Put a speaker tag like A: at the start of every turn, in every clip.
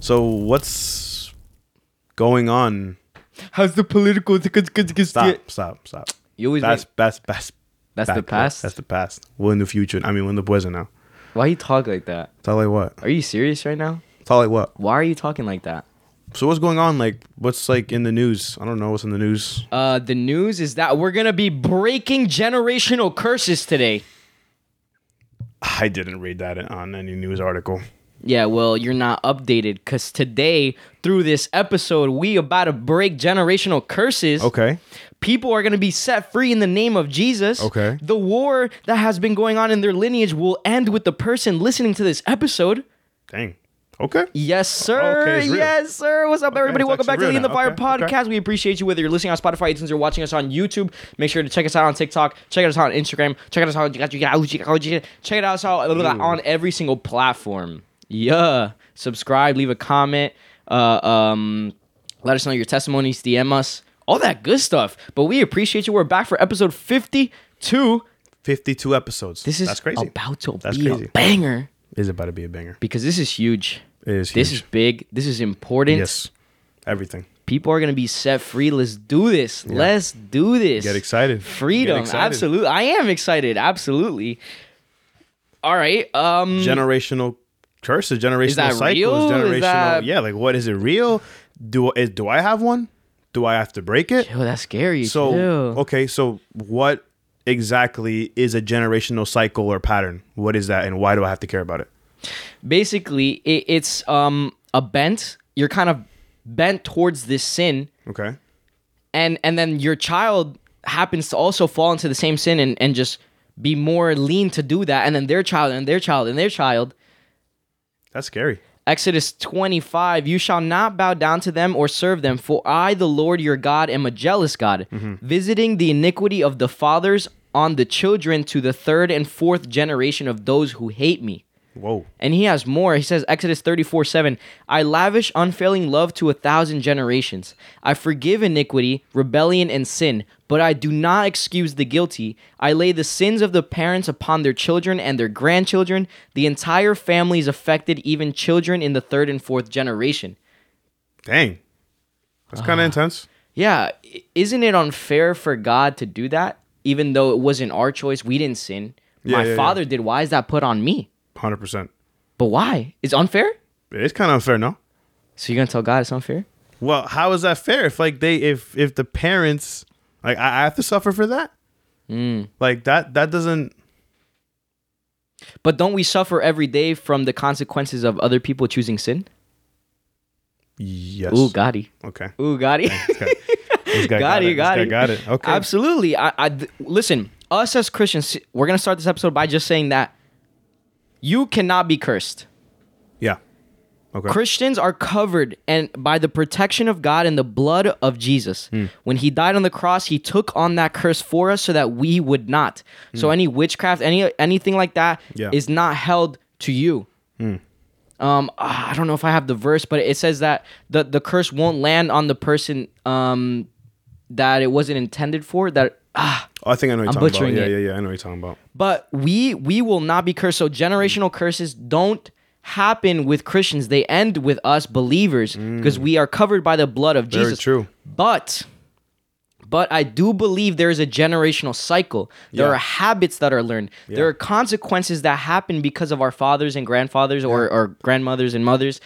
A: So what's going on?
B: How's the political?
A: Stop, stop, stop.
B: You always
A: That's
B: make-
A: that's that's
B: That's the
A: backward.
B: past?
A: That's the past. We're in the future. I mean, we're in the present now.
B: why you talk like that?
A: Tell like what?
B: Are you serious right now?
A: Tell like what?
B: Why are you talking like that?
A: So what's going on? Like, what's like in the news? I don't know what's in the news.
B: Uh, the news is that we're gonna be breaking generational curses today.
A: I didn't read that on any news article.
B: Yeah, well, you're not updated because today, through this episode, we about to break generational curses.
A: Okay.
B: People are going to be set free in the name of Jesus.
A: Okay.
B: The war that has been going on in their lineage will end with the person listening to this episode.
A: Dang. Okay.
B: Yes, sir.
A: it's real.
B: yes, sir. What's up, everybody?
A: it's
B: Welcome back to
A: actually
B: the In
A: real
B: the
A: now.
B: Fire
A: Okay, okay.
B: podcast. We appreciate you whether you're listening on Spotify, iTunes, or watching us on YouTube. Make sure to check us out on TikTok. Check us out on Instagram. Check us out. Check it out on every single platform. Yeah. Subscribe. Leave a comment. Uh, um, let us know your testimonies. DM us. All that good stuff. But we appreciate you. We're back for episode 52.
A: Fifty-two episodes.
B: This is
A: that's crazy.
B: about to
A: That's
B: be
A: crazy.
B: a banger
A: is about to be a banger.
B: because this is huge.
A: It is
B: This
A: huge.
B: is big. This is important
A: yes. Everything.
B: people are gonna be set free. Let's do this. Let's do this.
A: Get excited.
B: Freedom.
A: Get excited.
B: Absolutely. I am excited. Absolutely. All right. Um.
A: Generational curses. Generational
B: that
A: cycles.
B: real? Is
A: Generational.
B: that-
A: Yeah. Like, what is it real? Do is, do I have one? Do I have to break it?
B: yo, that's scary.
A: So
B: too.
A: okay, so what exactly is a generational cycle or pattern? What is that, and why do I have to care about it?
B: basically, it, it's um a bent. You're kind of bent towards this sin,
A: Okay,
B: and and then your child happens to also fall into the same sin and and just be more lean to do that, and then their child and their child and their child.
A: that's scary.
B: Exodus 25, you shall not bow down to them or serve them, for I, the Lord your God, am a jealous God, visiting the iniquity of the fathers on the children to the third and fourth generation of those who hate me.
A: Whoa,
B: And he has more. He says, Exodus 34 7, I lavish unfailing love to a thousand generations. I forgive iniquity, rebellion, and sin, but I do not excuse the guilty. I lay the sins of the parents upon their children and their grandchildren. The entire family is affected, even children in the third and fourth generation.
A: dang, that's kind
B: Ah.
A: of intense.
B: Yeah, i- isn't it unfair for God to do that? Even though it wasn't our choice, we didn't sin.
A: Yeah,
B: My
A: yeah, yeah.
B: father did. Why is that put on me?
A: Hundred percent.
B: But why? It's unfair?
A: It's kind of unfair, no?
B: So you're going to tell God it's unfair?
A: Well, how is that fair? If like they, if if the parents, like I, I have to suffer for that,
B: Mm.
A: like that, that doesn't.
B: But don't we suffer every day from the consequences of other people choosing sin?
A: Yes.
B: Ooh, Gotti.
A: Okay.
B: Ooty. Ooh, Gotti.
A: Okay. This guy got
B: Gotti,
A: it. This guy
B: Gotti.
A: got it. Okay.
B: Absolutely. I, I th- listen. Us as Christians, we're gonna start this episode by just saying that you cannot be cursed.
A: Yeah. Okay.
B: Christians are covered and by the protection of God and the blood of Jesus.
A: Hmm.
B: When he died on the cross, he took on that curse for us so that we would not. So any witchcraft, any anything like that is
A: Hmm. Yeah. Hmm.
B: not held to you. Um ah, I don't know if I have the verse, but it says that the the curse won't land on the person um that it wasn't intended for that ah
A: Oh, I think I know what you're talking
B: butchering
A: about. Yeah,
B: it.
A: yeah, yeah. I know what you're talking about.
B: but we we will not be cursed so generational curses don't happen with christians they end with us believers because we are covered by the blood of
A: Mm. Very
B: jesus
A: true.
B: but but i do believe there is a generational cycle there
A: Yeah.
B: are habits that are learned there are consequences that happen because of our fathers and grandfathers or, or grandmothers and mothers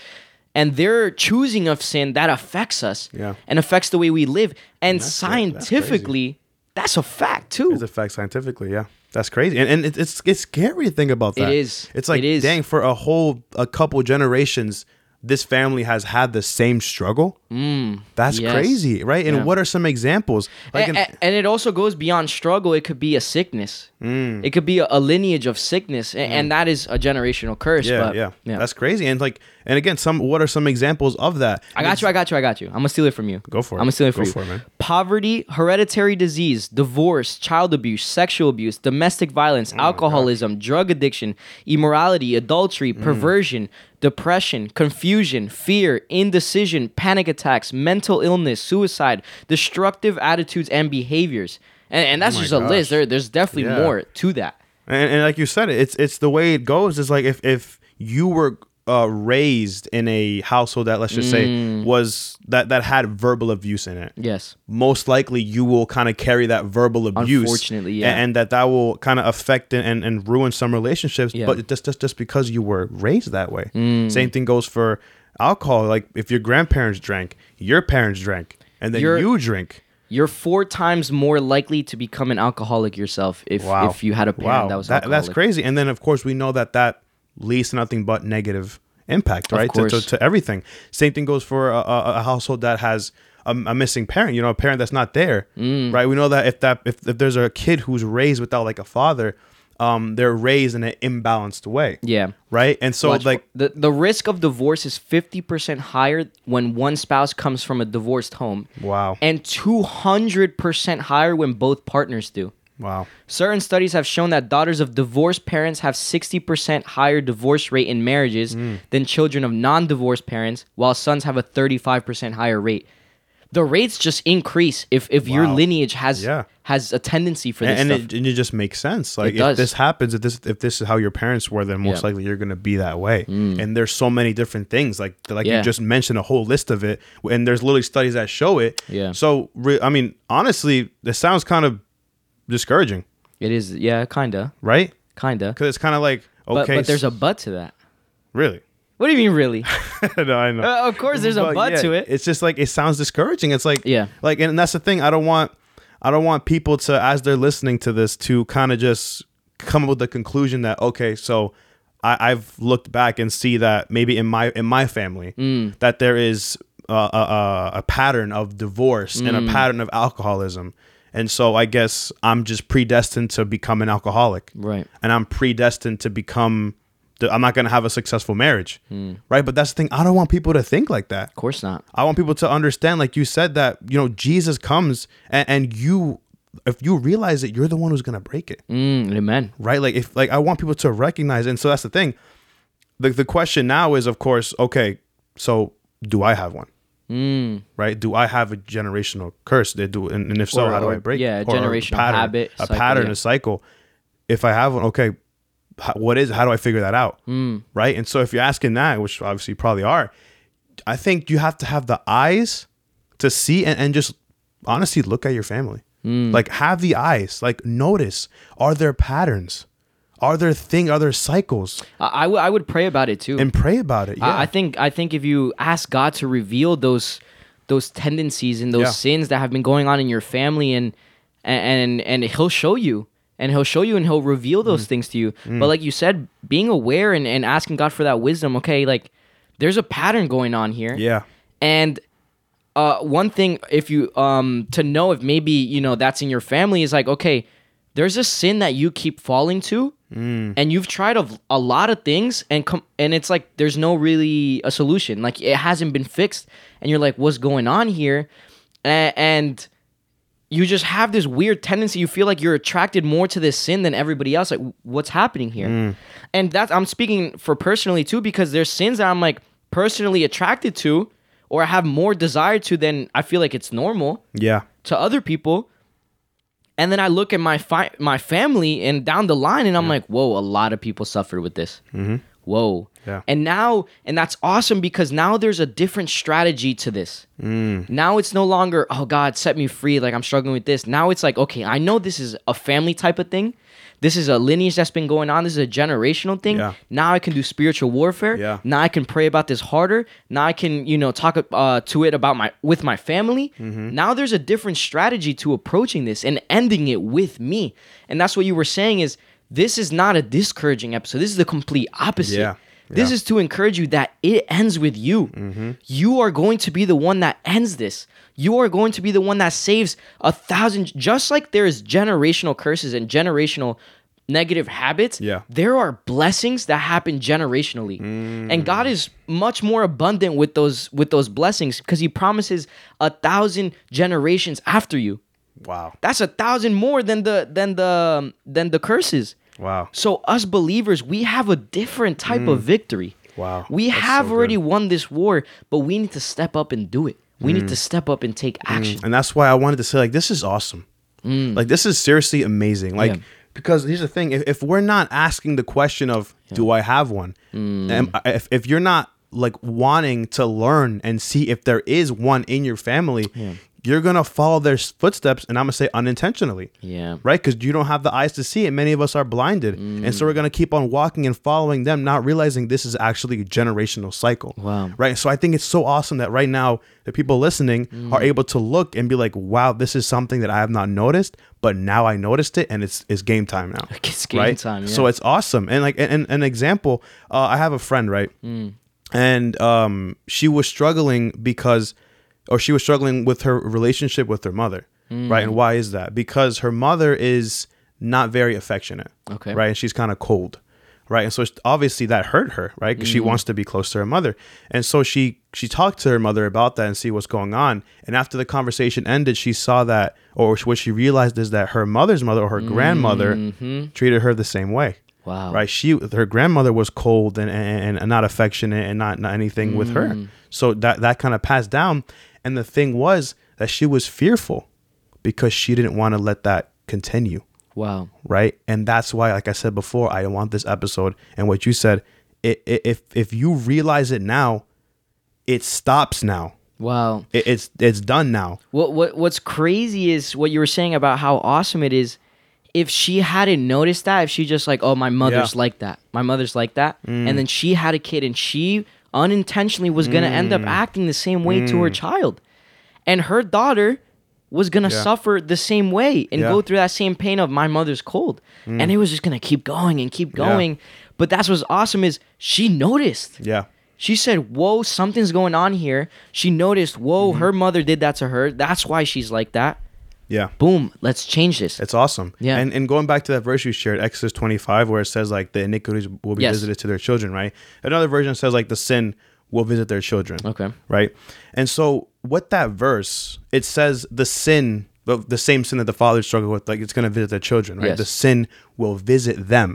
B: and their choosing of sin that affects us
A: Yeah.
B: and affects the way we live and
A: crazy. That's crazy.
B: scientifically that's, a fact too
A: It's a fact scientifically, yeah. That's crazy, and and it, it's it's scary to think about that.
B: is.
A: It's like
B: It is.
A: dang, for a whole a couple generations, this family has had the same struggle. That's
B: Mm. yes. Eh,
A: crazy, right? And what are some examples? Like,
B: A- a-
A: in-
B: and, it also goes beyond struggle. It could be a sickness.
A: Mm.
B: It could be a, a lineage of sickness, and, and that is a generational curse.
A: yeah,
B: but,
A: yeah, that's crazy. And like, and again, some what are some examples of that?
B: I got you. I got you. I got you. I'm gonna steal it from you.
A: Go for it.
B: I'm gonna steal it from
A: Go
B: you.
A: for it, man.
B: Poverty, hereditary disease, divorce, child abuse, sexual abuse, domestic
A: Oh
B: violence, alcoholism, drug addiction, immorality, adultery,
A: Mm.
B: perversion, depression, confusion, fear, indecision, panic attacks, mental illness, suicide, destructive attitudes and behaviors. And, and that's just a
A: Oh gosh.
B: list. There, there's definitely
A: Yeah.
B: more to that.
A: And, and like you said, it's it's the way it goes. It's like if if you were uh, raised in a household that let's just
B: Mm.
A: say was that that had verbal abuse in it,
B: Yes.
A: most likely you will kind of carry that verbal abuse
B: Unfortunately,
A: a-
B: yeah.
A: and, that that will kind of affect and, and, and ruin some relationships
B: Yeah. Mm.
A: but just, just just because you were raised that way same thing goes for alcohol like if your grandparents drank your parents drank and then
B: You're-
A: you drink
B: You're four times more likely to become an alcoholic yourself if
A: wow
B: if you had a parent
A: wow
B: that was alcoholic.
A: that's crazy and then of course we know that that leads to nothing but negative impact right to, to,
B: course.
A: to everything same thing goes for a, a, a household that has a, a missing parent you know a parent that's not there
B: Mm.
A: right we know that if that if, if there's a kid who's raised without like a father um they're raised in an imbalanced way
B: Yeah.
A: right and so
B: Watch
A: like
B: for- the the risk of divorce is 50% higher when one spouse comes from a divorced home.
A: Wow.
B: And 200% higher when both partners do.
A: wow
B: Certain studies have shown that daughters of divorced parents have 60% higher divorce rate in marriages
A: Hmm.
B: than children of non-divorced parents, while sons have a 35% higher rate. The rates just increase if if your
A: Wow.
B: lineage has
A: Yeah.
B: has a tendency for this
A: and,
B: stuff.
A: and, it, and it just makes sense like
B: It
A: if
B: does.
A: this happens if this if this is how your parents were then most
B: Yeah. Mm.
A: likely you're gonna be that way and there's so many different things like like
B: Yeah.
A: you just mentioned a whole list of it and there's literally studies that show it
B: Yeah.
A: so re- i mean honestly this sounds kind of discouraging
B: it is yeah, kinda,
A: right
B: kinda.
A: because it's kind of like
B: But
A: okay
B: but there's
A: s-
B: a but to that.
A: really
B: What do you mean really?
A: no, I know.
B: Uh, of course, there's a but
A: yeah,
B: to it.
A: It's just like it sounds discouraging. It's like
B: Yeah.
A: like and that's the thing. I don't want I don't want people to as they're listening to this to kind of just come up with the conclusion that okay, so I, I've looked back and see that maybe in my in my family
B: Mm.
A: that there is a, a, a pattern of divorce
B: Mm.
A: and a pattern of alcoholism. And so I guess I'm just predestined to become an alcoholic
B: Right.
A: and I'm predestined to become. th- I'm not gonna have a successful marriage, right? But that's the thing. I don't want people to think like that.
B: Of course not.
A: I want people to understand, like you said, that you know Jesus comes, and, and you, if you realize it, you're the one who's gonna break it,
B: Mm, amen.
A: right? Like if like I want people to recognize, it. and so that's the thing. The the question now is, of course, okay, so do I have one?
B: Mm,
A: right? Do I have a generational curse? They do, and, and if so,
B: Or-
A: how do I
B: or-
A: break?
B: yeah,
A: it?
B: a generational
A: pattern,
B: habit,
A: a
B: cycle,
A: pattern,
B: yeah.
A: a cycle. If I have one, okay, h- what is? How do I figure that out?
B: Mm.
A: Right? And so, if you're asking that, which obviously you probably are, I think you have to have the eyes to see and, and just honestly look at your family.
B: Mm.
A: Like, have the eyes. Like, notice: are there patterns? Are there thing? Are there cycles?
B: I, I, w- I would pray about it too.
A: And pray about it. Yeah.
B: I, I think I think if you ask God to reveal those those tendencies and those
A: Yeah.
B: sins that have been going on in your family, and and and He'll show you, and He'll show you, and He'll reveal those
A: Mm.
B: things to you. But like you said, being aware and, and asking God for that wisdom. Okay, like there's a pattern going on here.
A: yeah.
B: And uh, one thing, if you um, to know if maybe you know that's in your family is like, okay, there's a sin that you keep falling to, and you've tried a, a lot of things, and com- and it's like there's no really a solution. Like it hasn't been fixed, and you're like, what's going on here? A- and you just have this weird tendency. You feel like you're attracted more to this sin than everybody else. Like, what's happening here? And that's I'm speaking for personally too, because there's sins that I'm like personally attracted to, or I have more desire to than I feel like it's normal
A: Yeah.
B: to other people. And then I look at my fi- my family and down the line, and I'm like, whoa, a lot of people suffer with this. Mm-hmm. Whoa.
A: Yeah.
B: And now, and that's awesome because now there's a different strategy to this.
A: Mm.
B: Now it's no longer, oh God, set me free. Like I'm struggling with this. Now it's like, okay, I know this is a family type of thing. This is a lineage that's been going on. This is a generational thing.
A: Yeah.
B: Now I can do spiritual warfare.
A: Yeah.
B: Now I can pray about this harder. Now I can, you know, talk uh, to it about my with my family.
A: Mm-hmm.
B: Now there's a different strategy to approaching this and ending it with me. And that's what you were saying is this is not a discouraging episode. This is the complete opposite.
A: Yeah.
B: This
A: Yeah. Mm-hmm.
B: is to encourage you that it ends with you. You are going to be the one that ends this. You are going to be the one that saves a thousand. Just like there is generational curses and generational negative habits,
A: Yeah.
B: there are blessings that happen generationally and god
A: Mm.
B: is much more abundant with those with those blessings because he promises a thousand generations after you
A: Wow.
B: that's a thousand more than the than the than the curses
A: Wow.
B: so us believers we have a different type of victory
A: Mm. Wow.
B: we
A: That's
B: have
A: so
B: already
A: good.
B: won this war but we need to step up and do it we
A: Mm.
B: need to step up and take action
A: and that's why I wanted to say like this is awesome. Like this is seriously amazing. Like
B: Mm. Yeah.
A: because here's the thing: if, if we're not asking the question of "Do I have one?"
B: Mm.
A: am- if if you're not like wanting to learn and see if there is one in your family, you're gonna follow their s- footsteps, and I'm gonna say unintentionally,
B: Yeah.
A: right? Because you don't have the eyes to see it. Many of us are blinded, and so we're gonna keep on walking and following them, not realizing this is actually a generational cycle.
B: Wow.
A: Right. So I think it's so awesome that right now the people listening are able to look and be like, wow, this is something that I have not noticed, but now I noticed it and it's it's game time now.
B: It's game
A: right?
B: time,
A: So
B: yeah.
A: it's awesome. And like and, and an example, uh, I have a friend, right?
B: Mm.
A: And um she was struggling because or she was struggling with her relationship with her mother. Right.
B: Mm.
A: And why is that? Because her mother is not very affectionate.
B: Okay.
A: Right. And she's kind of cold right and so it's- obviously that hurt her right because she wants to be close to her mother and so she she talked to her mother about that and see what's going on and after the conversation ended she saw that or what she realized is that her mother's mother or her grandmother treated her the same way
B: Wow.
A: right she her grandmother was cold and and, and not affectionate and not, not anything with her so that that kind of passed down and the thing was that she was fearful because she didn't want to let that continue
B: Wow.
A: right? And that's why, like I said before, I want this episode and what you said. It, i if if you realize it now, it stops now.
B: Wow.
A: It, it's it's done now.
B: What what what's crazy is what you were saying about how awesome it is. If she hadn't noticed that, if she just like, oh, my
A: Yeah.
B: mother's
A: Mm.
B: like that, my mother's like that, and then she had a kid and she unintentionally was gonna end
A: Mm.
B: up acting the same way to her child, and her daughter was gonna suffer the same way and
A: Yeah. Mm.
B: go through that same pain of my mother's cold, and it was just gonna keep going and keep going. But that's what's awesome is she noticed.
A: Yeah,
B: She said, Whoa, something's going on here. She noticed, Whoa, her mother did that to her. That's why she's like that.
A: yeah.
B: Boom, let's change this.
A: It's awesome.
B: Yeah.
A: And and going back to that verse you shared, Exodus twenty five, where it says like the iniquities will be
B: Yes.
A: visited to their children, right? Another version says like the sin will visit their children.
B: Okay.
A: Right. And so what that verse, it says the sin the the same sin that the father struggled with, like it's gonna visit their children, right?
B: Yes.
A: The sin will visit them.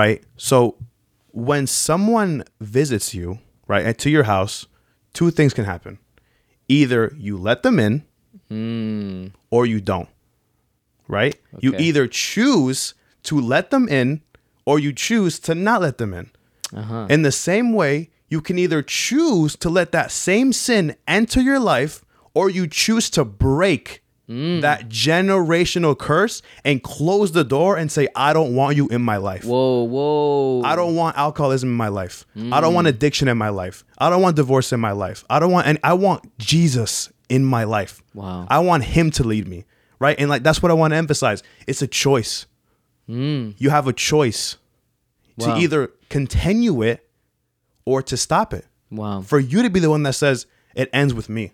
A: Right. So when someone visits you, right, and to your house, two things can happen. Either you let them in or you don't right? You
B: Okay.
A: either choose to let them in or you choose to not let them in. In the same way, you can either choose to let that same sin enter your life or you choose to break that generational curse and close the door and say, I don't want you in my life.
B: Whoa, whoa.
A: I don't want alcoholism in my life. I don't want
B: Mm.
A: addiction in my life. I don't want divorce in my life. I don't want and I want Jesus in my life.
B: Wow.
A: I want him to lead me. Right? And like that's what I want to emphasize. It's a choice. You have a choice
B: Mm. Wow.
A: to either continue it or to stop it.
B: Wow.
A: For you to be the one that says, it ends with me.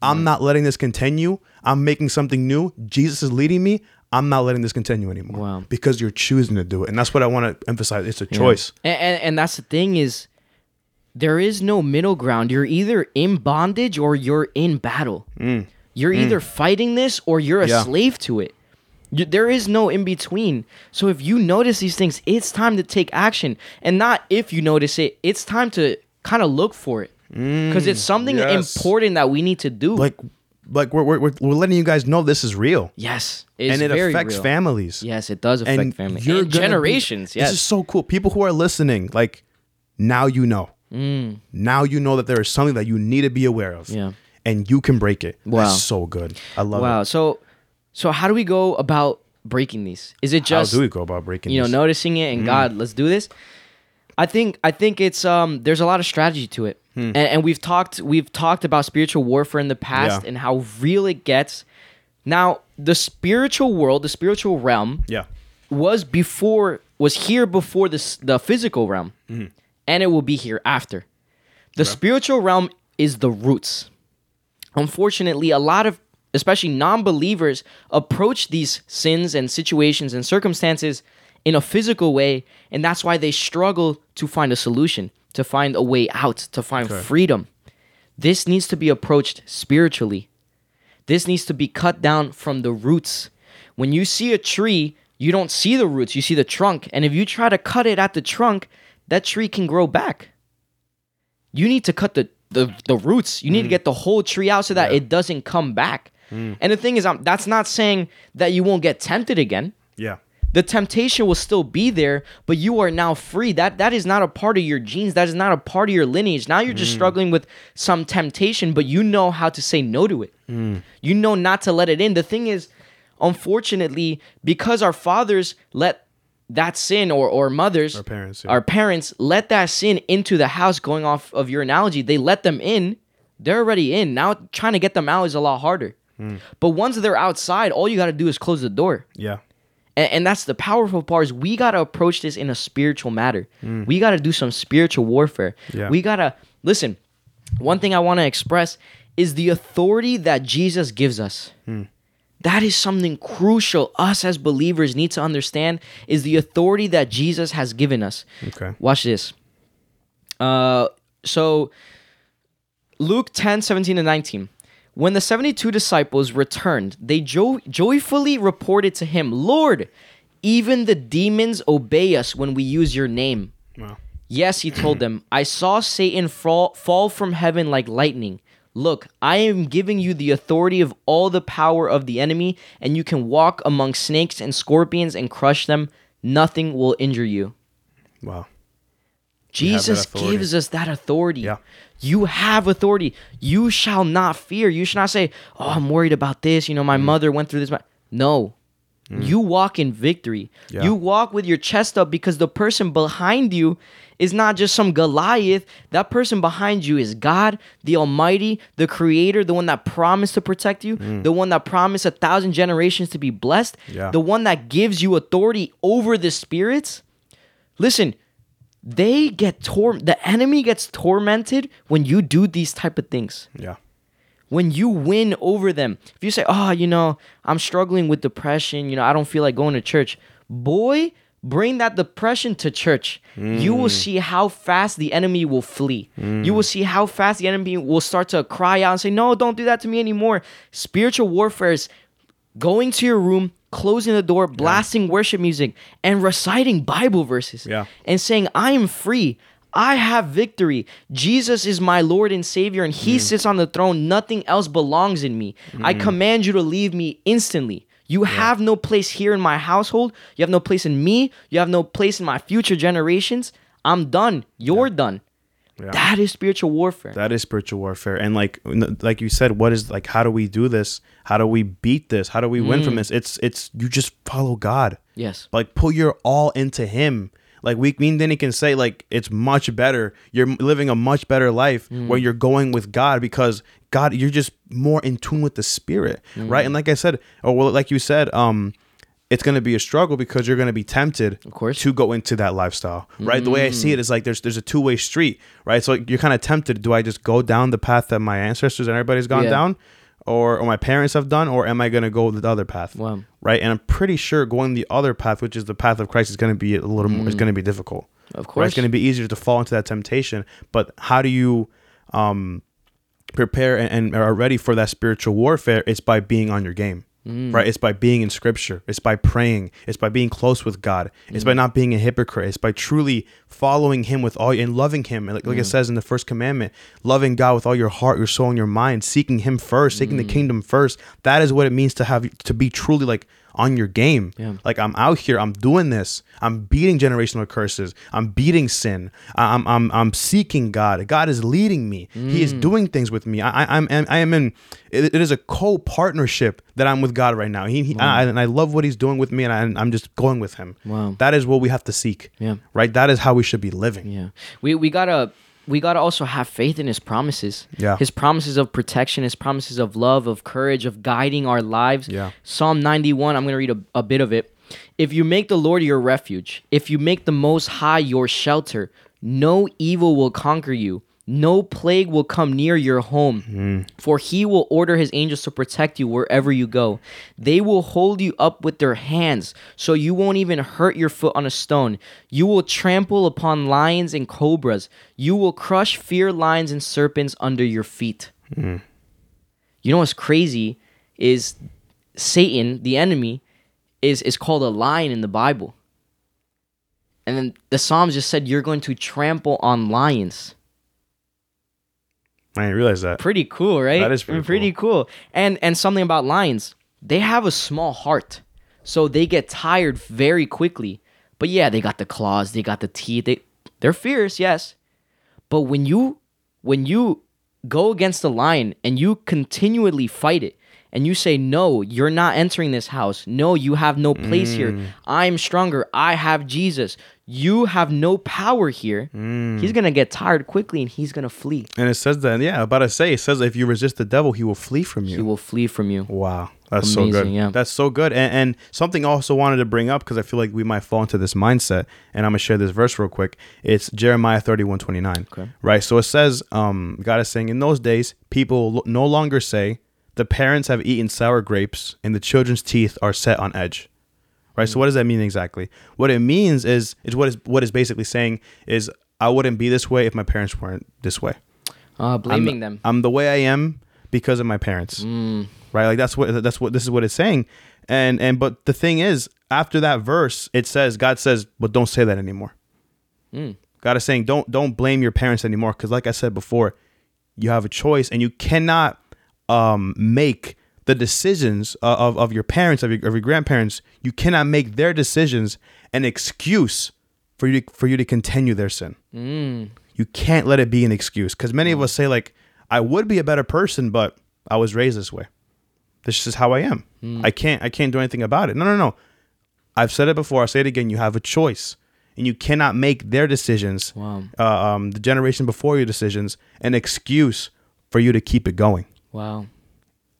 A: I'm not letting this continue. I'm making something new. Jesus is leading me. I'm not letting this continue anymore.
B: Wow.
A: Because you're choosing to do it. And that's what I want to emphasize. It's a choice.
B: And, and, and that's the thing is, there is no middle ground. You're either in bondage or you're in battle. You're either fighting this or you're a
A: Mm. Yeah.
B: slave to it. You, there is no in between. So if you notice these things, it's time to take action. And not if you notice it, it's time to kind of look for it. Because it's something
A: Mm. yes.
B: important that we need to do.
A: like like we're, we're, we're we're letting you guys know this is real
B: yes. It's
A: and it
B: very
A: affects
B: real.
A: families
B: Yes, it does affect
A: and
B: families.
A: you're
B: And
A: gonna be-
B: generations. yes.
A: this is so cool people who are listening like now you know now you know that there is something that you need to be aware of
B: Mm. Yeah.
A: and you can break it
B: Wow.
A: That's so good i love
B: wow.
A: it
B: So, so how do we go about breaking these? Is it
A: how
B: just
A: do we Mm. go about breaking
B: you know
A: this?
B: noticing it and god let's do this i think i think it's um there's a lot of strategy to it
A: Hmm.
B: and, and we've talked we've talked about spiritual warfare in the past
A: Yeah.
B: and how real it gets now the spiritual world the spiritual realm
A: yeah
B: was before was here before this the physical realm and it will be here after the spiritual realm is the roots unfortunately a lot of especially non-believers approach these sins and situations and circumstances in a physical way and that's why they struggle to find a solution to find a way out to find freedom this needs to be approached spiritually this needs to be cut down from the roots. When you see a tree, you don't see the roots, you see the trunk. And if you try to cut it at the trunk, that tree can grow back. You need to cut the the, the roots. You need to get the whole tree out so that it doesn't come back. And the thing is, I'm, that's not saying that you won't get tempted again.
A: yeah
B: the temptation will still be there, but you are now free. That that is not a part of your genes. That is not a part of your lineage. Now you're just struggling with some temptation, but you know how to say no to it. You know not to let it in. The thing is, unfortunately, because our fathers let that sin or or mothers our
A: parents, yeah.
B: our parents let that sin into the house going off of your analogy they let them in they're already in now trying to get them out is a lot harder but once they're outside all you got to do is close the door
A: Yeah.
B: and, and that's the powerful part is we gotta approach this in a spiritual matter. We gotta do some spiritual warfare.
A: Yeah.
B: We gotta listen. One thing I want to express is the authority that Jesus gives us. That is something crucial us as believers need to understand is the authority that Jesus has given us.
A: Okay.
B: Watch this. Uh, so Luke 10, 17 and 19. When the 72 disciples returned, they jo- joyfully reported to him, Lord, even the demons obey us when we use your name.
A: Wow.
B: Yes, he told them, I saw Satan fall, fall from heaven like lightning. Look, I am giving you the authority of all the power of the enemy, and you can walk among snakes and scorpions and crush them. Nothing will injure you.
A: Wow. have that
B: Jesus
A: authority.
B: gives us that authority.
A: Yeah.
B: You have authority. You shall not fear. You should not say, "Oh, I'm worried about this. You know,
A: Mm.
B: my mother went through this." My-" No. You walk in victory.
A: Yeah.
B: You walk with your chest up because the person behind you is not just some Goliath. That person behind you is God, the Almighty, the Creator, the one that promised to protect you,
A: Mm.
B: the one that promised a thousand generations to be blessed,
A: Yeah.
B: the one that gives you authority over the spirits. Listen, they get tor the enemy gets tormented when you do these type of things
A: Yeah.
B: when you win over them if you say oh you know i'm struggling with depression you know i don't feel like going to church boy bring that depression to church you will see how fast the enemy will flee you will see how fast the enemy will start to cry out and say no don't do that to me anymore spiritual warfare is going to your room closing the door blasting worship music and reciting bible verses
A: Yeah.
B: and saying, I am free. I have victory. Jesus is my Lord and Savior, and
A: Mm.
B: He sits on the throne. Nothing else belongs in me. I command you to leave me instantly. You have no place here in my household. You have no place in me. You have no place in my future generations. I'm done. You're done.
A: Yeah.
B: That is spiritual warfare.
A: That is spiritual warfare. And like n- like you said, what is like how do we do this? How do we beat this? How do we win
B: Mm.
A: from this? It's it's you just follow God.
B: yes.
A: Like put your all into him. Like we mean then he can say like it's much better. You're m- living a much better life
B: Mm.
A: when you're going with God because God you're just more in tune with the spirit,
B: Mm.
A: right? And like I said, or well like you said, um it's going to be a struggle because you're going to be tempted of
B: course.
A: to go into that lifestyle right the way i see it
B: Mm.
A: is like there's there's a two-way street right so you're kind of tempted do i just go down the path that my ancestors and everybody's gone
B: Yeah.
A: down or, or my parents have done or am i going to go the other path
B: Wow.
A: right? And I'm pretty sure going the other path, which is the path of Christ, is going to be a little more. It's going to be difficult.
B: Mm. Of
A: Right? it's
B: course.
A: going to be easier to fall into that temptation. But how do you um, prepare and, and are ready for that spiritual warfare? It's by being on your game. Right, it's by being in Scripture. It's by praying. It's by being close with God. It's by not being a hypocrite. It's by truly following Him with all and loving Him. And Like, like it says in the first commandment, loving God with all your heart, your soul, and your mind, seeking Him first, seeking the kingdom first. That is what it means to have to be truly like on your game. Like I'm out here, I'm doing this. I'm beating generational curses. I'm beating sin. I- I'm I'm I'm seeking God. God is leading me. He
B: Mm.
A: is doing things with me. I I- I'm I'm- I am in. It, it is a co partnership that I'm with God right now. He, he I, and I love what He's doing with me, and, I, and I'm just going with Him.
B: Wow.
A: That is what we have to seek.
B: Yeah.
A: Right. That is how we should be living.
B: Yeah. We we gotta we gotta also have faith in his promises.
A: Yeah.
B: His promises of protection, his promises of love, of courage, of guiding our lives.
A: Yeah.
B: Psalm 91, I'm gonna read a, a bit of it. If you make the Lord your refuge, if you make the most high your shelter, no evil will conquer you. No plague will come near your home, for he will order his angels to protect you wherever you go. They will hold you up with their hands, so you won't even hurt your foot on a stone. You will trample upon lions and cobras. You will crush fear lions and serpents under your feet. You know what's crazy is Satan, the enemy, is is called a lion in the Bible. And then the Psalms just said you're going to trample on lions.
A: I didn't realize that.
B: Pretty cool, right?
A: That is pretty
B: pretty cool. And and something about lions, they have a small heart. So they get tired very quickly. But yeah, they got the claws, they got the teeth. They they're fierce, yes. But when you when you go against the lion and you continually fight it and you say no, you're not entering this house. No, you have no place
A: Mm.
B: here. I'm stronger. I have Jesus. You have no power here.
A: Mm.
B: He's going to get tired quickly and he's going to flee.
A: And it says that, yeah, about to say, it says if you resist the devil, he will flee from you.
B: He will flee from you.
A: Wow, that's so good.
B: Amazing, yeah.
A: That's so good. And, and something I also wanted to bring up because I feel like we might fall into this mindset, and I'm gonna share this verse real quick. It's Jeremiah 31, 29.
B: Okay.
A: Right. So it says, um, God is saying, in those days, people lo- no longer say, the parents have eaten sour grapes, and the children's teeth are set on edge. Right.
B: Mm.
A: So what does that mean exactly? What it means is, is what is what is basically saying is, I wouldn't be this way if my parents weren't this way.
B: Uh,
A: I'm-
B: blaming them.
A: I'm the way I am because of my parents. Right? Like that's what that's what this is what it's saying. And and but the thing is, after that verse, it says God says, "But don't say that anymore." God is saying, "Don't don't blame your parents anymore because like I said before, you have a choice and you cannot um make the decisions of, of, of your parents of your, of your grandparents you cannot make their decisions an excuse for you to, for you to continue their sin you can't let it be an excuse because many of us say like i would be a better person but i was raised this way this is how i am i can't i can't do anything about it no no no i've said it before i'll say it again you have a choice and you cannot make their decisions
B: Wow.
A: uh, um, the generation before your decisions an excuse for you to keep it going
B: Wow.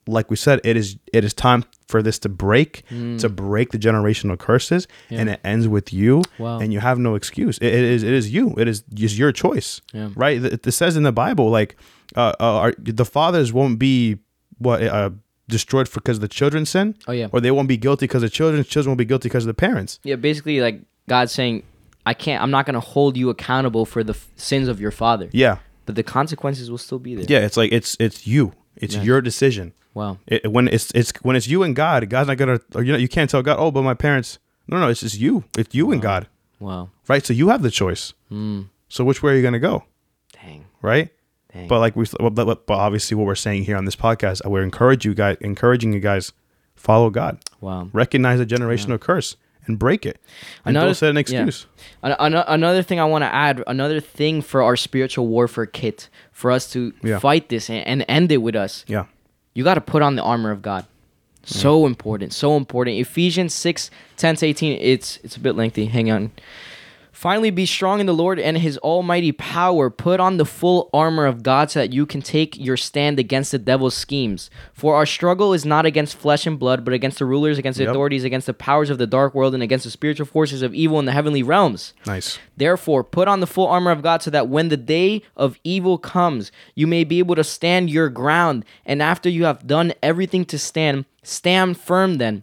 A: like we said, it is it is time for this to break,
B: Mm.
A: to break the generational curses, and it ends with you,
B: Wow.
A: and you have no excuse. It- it is it is you. It is is your choice,
B: Yeah.
A: right? It, it says in the Bible, like, uh, uh, our, the fathers won't be what uh, destroyed for because the children sin.
B: Oh, yeah.
A: or they won't be guilty because the children's children won't be guilty because of the parents.
B: Yeah, basically, like God's saying, I can't, I'm not going to hold you accountable for the f- sins of your father.
A: Yeah,
B: But the consequences will still be there.
A: yeah. It's like it's it's you. It's your decision.
B: Wow.
A: It, when it's it's when it's you and God, God's not gonna. Or, you know, you can't tell God. Oh, but my parents. No, no. It's just you. It's you and God.
B: Wow.
A: right? So you have the choice.
B: Hmm.
A: So which way are you going to go,
B: Dang.
A: right?
B: Dang.
A: But like we, but, but, but obviously, what we're saying here on this podcast, we're encourage you guys, encouraging you guys, follow God,
B: Wow.
A: recognize a generational curse and break it, and
B: Another-
A: don't set an
B: yeah.
A: excuse.
B: An- an- another thing I want to add, another thing for our spiritual warfare kit, for us to
A: Yeah.
B: fight this and, and end it with us,
A: Yeah,
B: you got to put on the armor of God. So important, so important. Ephesians 6, 10 to 18. It's, it's a bit lengthy. Hang on. Finally, be strong in the Lord and his almighty power. Put on the full armor of God so that you can take your stand against the devil's schemes. For our struggle is not against flesh and blood, but against the rulers, against the
A: Yep.
B: authorities, against the powers of the dark world, and against the spiritual forces of evil in the heavenly realms.
A: nice.
B: Therefore, put on the full armor of God so that when the day of evil comes, you may be able to stand your ground. And after you have done everything to stand, stand firm then,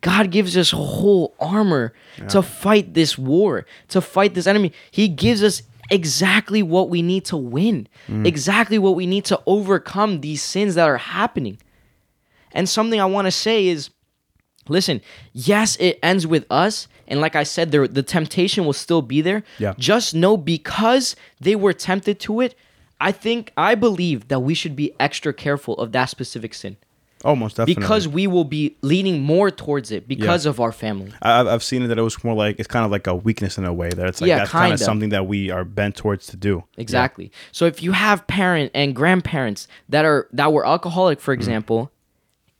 B: God gives us a whole armor to fight this war, to fight this enemy. He gives us exactly what we need to win,
A: Mm.
B: exactly what we need to overcome these sins that are happening. And something I want to say is listen, yes, it ends with us. And like I said, there, the temptation will still be there.
A: Yeah.
B: Just know because they were tempted to it, I think, I believe that we should be extra careful of that specific sin
A: Almost definitely
B: because we will be leaning more towards it because of our family.
A: I- I've, I've seen it that it was more like it's kind of like a weakness in a way that it's like
B: Yeah,
A: that's kind of
B: kinda.
A: something that we are bent towards to do.
B: Exactly. So if you have parent and grandparents that are that were alcoholic, for
A: Mm-hmm.
B: example,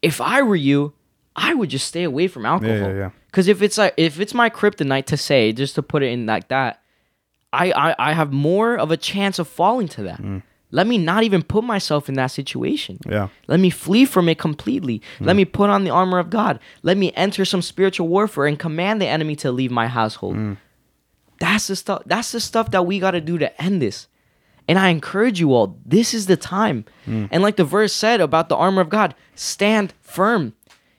B: if I were you, I would just stay away from alcohol.
A: yeah.
B: Because if it's like if it's my kryptonite to say, just to put it in like that, I I, I have more of a chance of falling to that. Let me not even put myself in that situation.
A: Mm. Yeah.
B: Let me flee from it completely. Let me put on the armor of God. Let me enter some spiritual warfare and command the enemy to leave my household. That's the stuff that's the stuff that we got to do to end this. And I encourage you all, this is the time. And like the verse said about the armor of God, stand firm.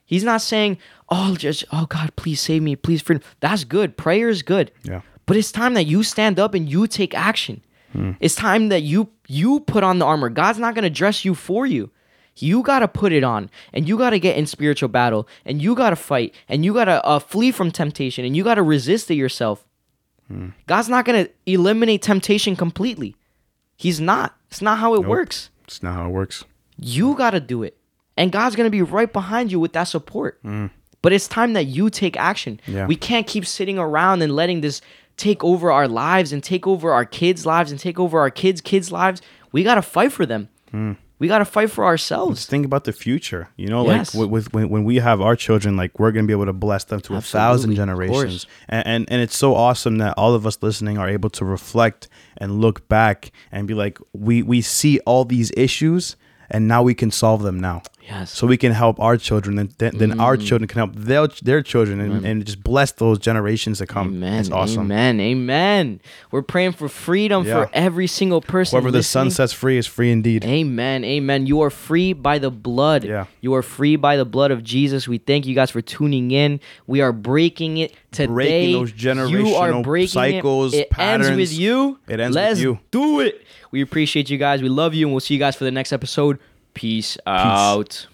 B: He's not saying, "Oh, just oh God, please save me, please free me." That's good. Prayer is good.
A: Yeah.
B: But it's time that you stand up and you take action. It's time that you you put on the armor. God's not gonna dress you for you. You gotta put it on, and you gotta get in spiritual battle, and you gotta fight, and you gotta uh, flee from temptation, and you gotta resist it yourself. God's not gonna eliminate temptation completely. He's not. It's not how it works.
A: It's not how it works.
B: You got to do it. And God's going to be right behind you with that support. But it's time that you take action.
A: Mm. Yeah.
B: We can't keep sitting around and letting this take over our lives and take over our kids' lives and take over our kids' kids' lives. We got to fight for them.
A: Mm.
B: We got to fight for ourselves.
A: Just think about the future. You know,
B: Yes.
A: like with, with when, when we have our children, like we're gonna be able to bless them to a thousand
B: Absolutely, of
A: generations.
B: course.
A: And, and and it's so awesome that all of us listening are able to reflect and look back and be like, we we see all these issues and now we can solve them now.
B: Yes. Mm.
A: So we can help our children, and then, then our children can help their their children, and, and just bless those generations to come.
B: Amen.
A: It's awesome.
B: Amen. Amen. We're praying for freedom
A: Yeah.
B: for every single person.
A: Whoever the sun
B: listening.
A: sets free is free indeed.
B: Amen. Amen. You are free by the blood.
A: Yeah.
B: You are free by the blood of Jesus. We thank you guys for tuning in. We are breaking it today.
A: Breaking those
B: you are
A: generational
B: breaking
A: cycles,
B: It, it ends with
A: patterns.
B: you.
A: It ends with
B: Let's
A: you.
B: do it. We appreciate you guys. We love you, and we'll see you guys for the next episode. Peace. out.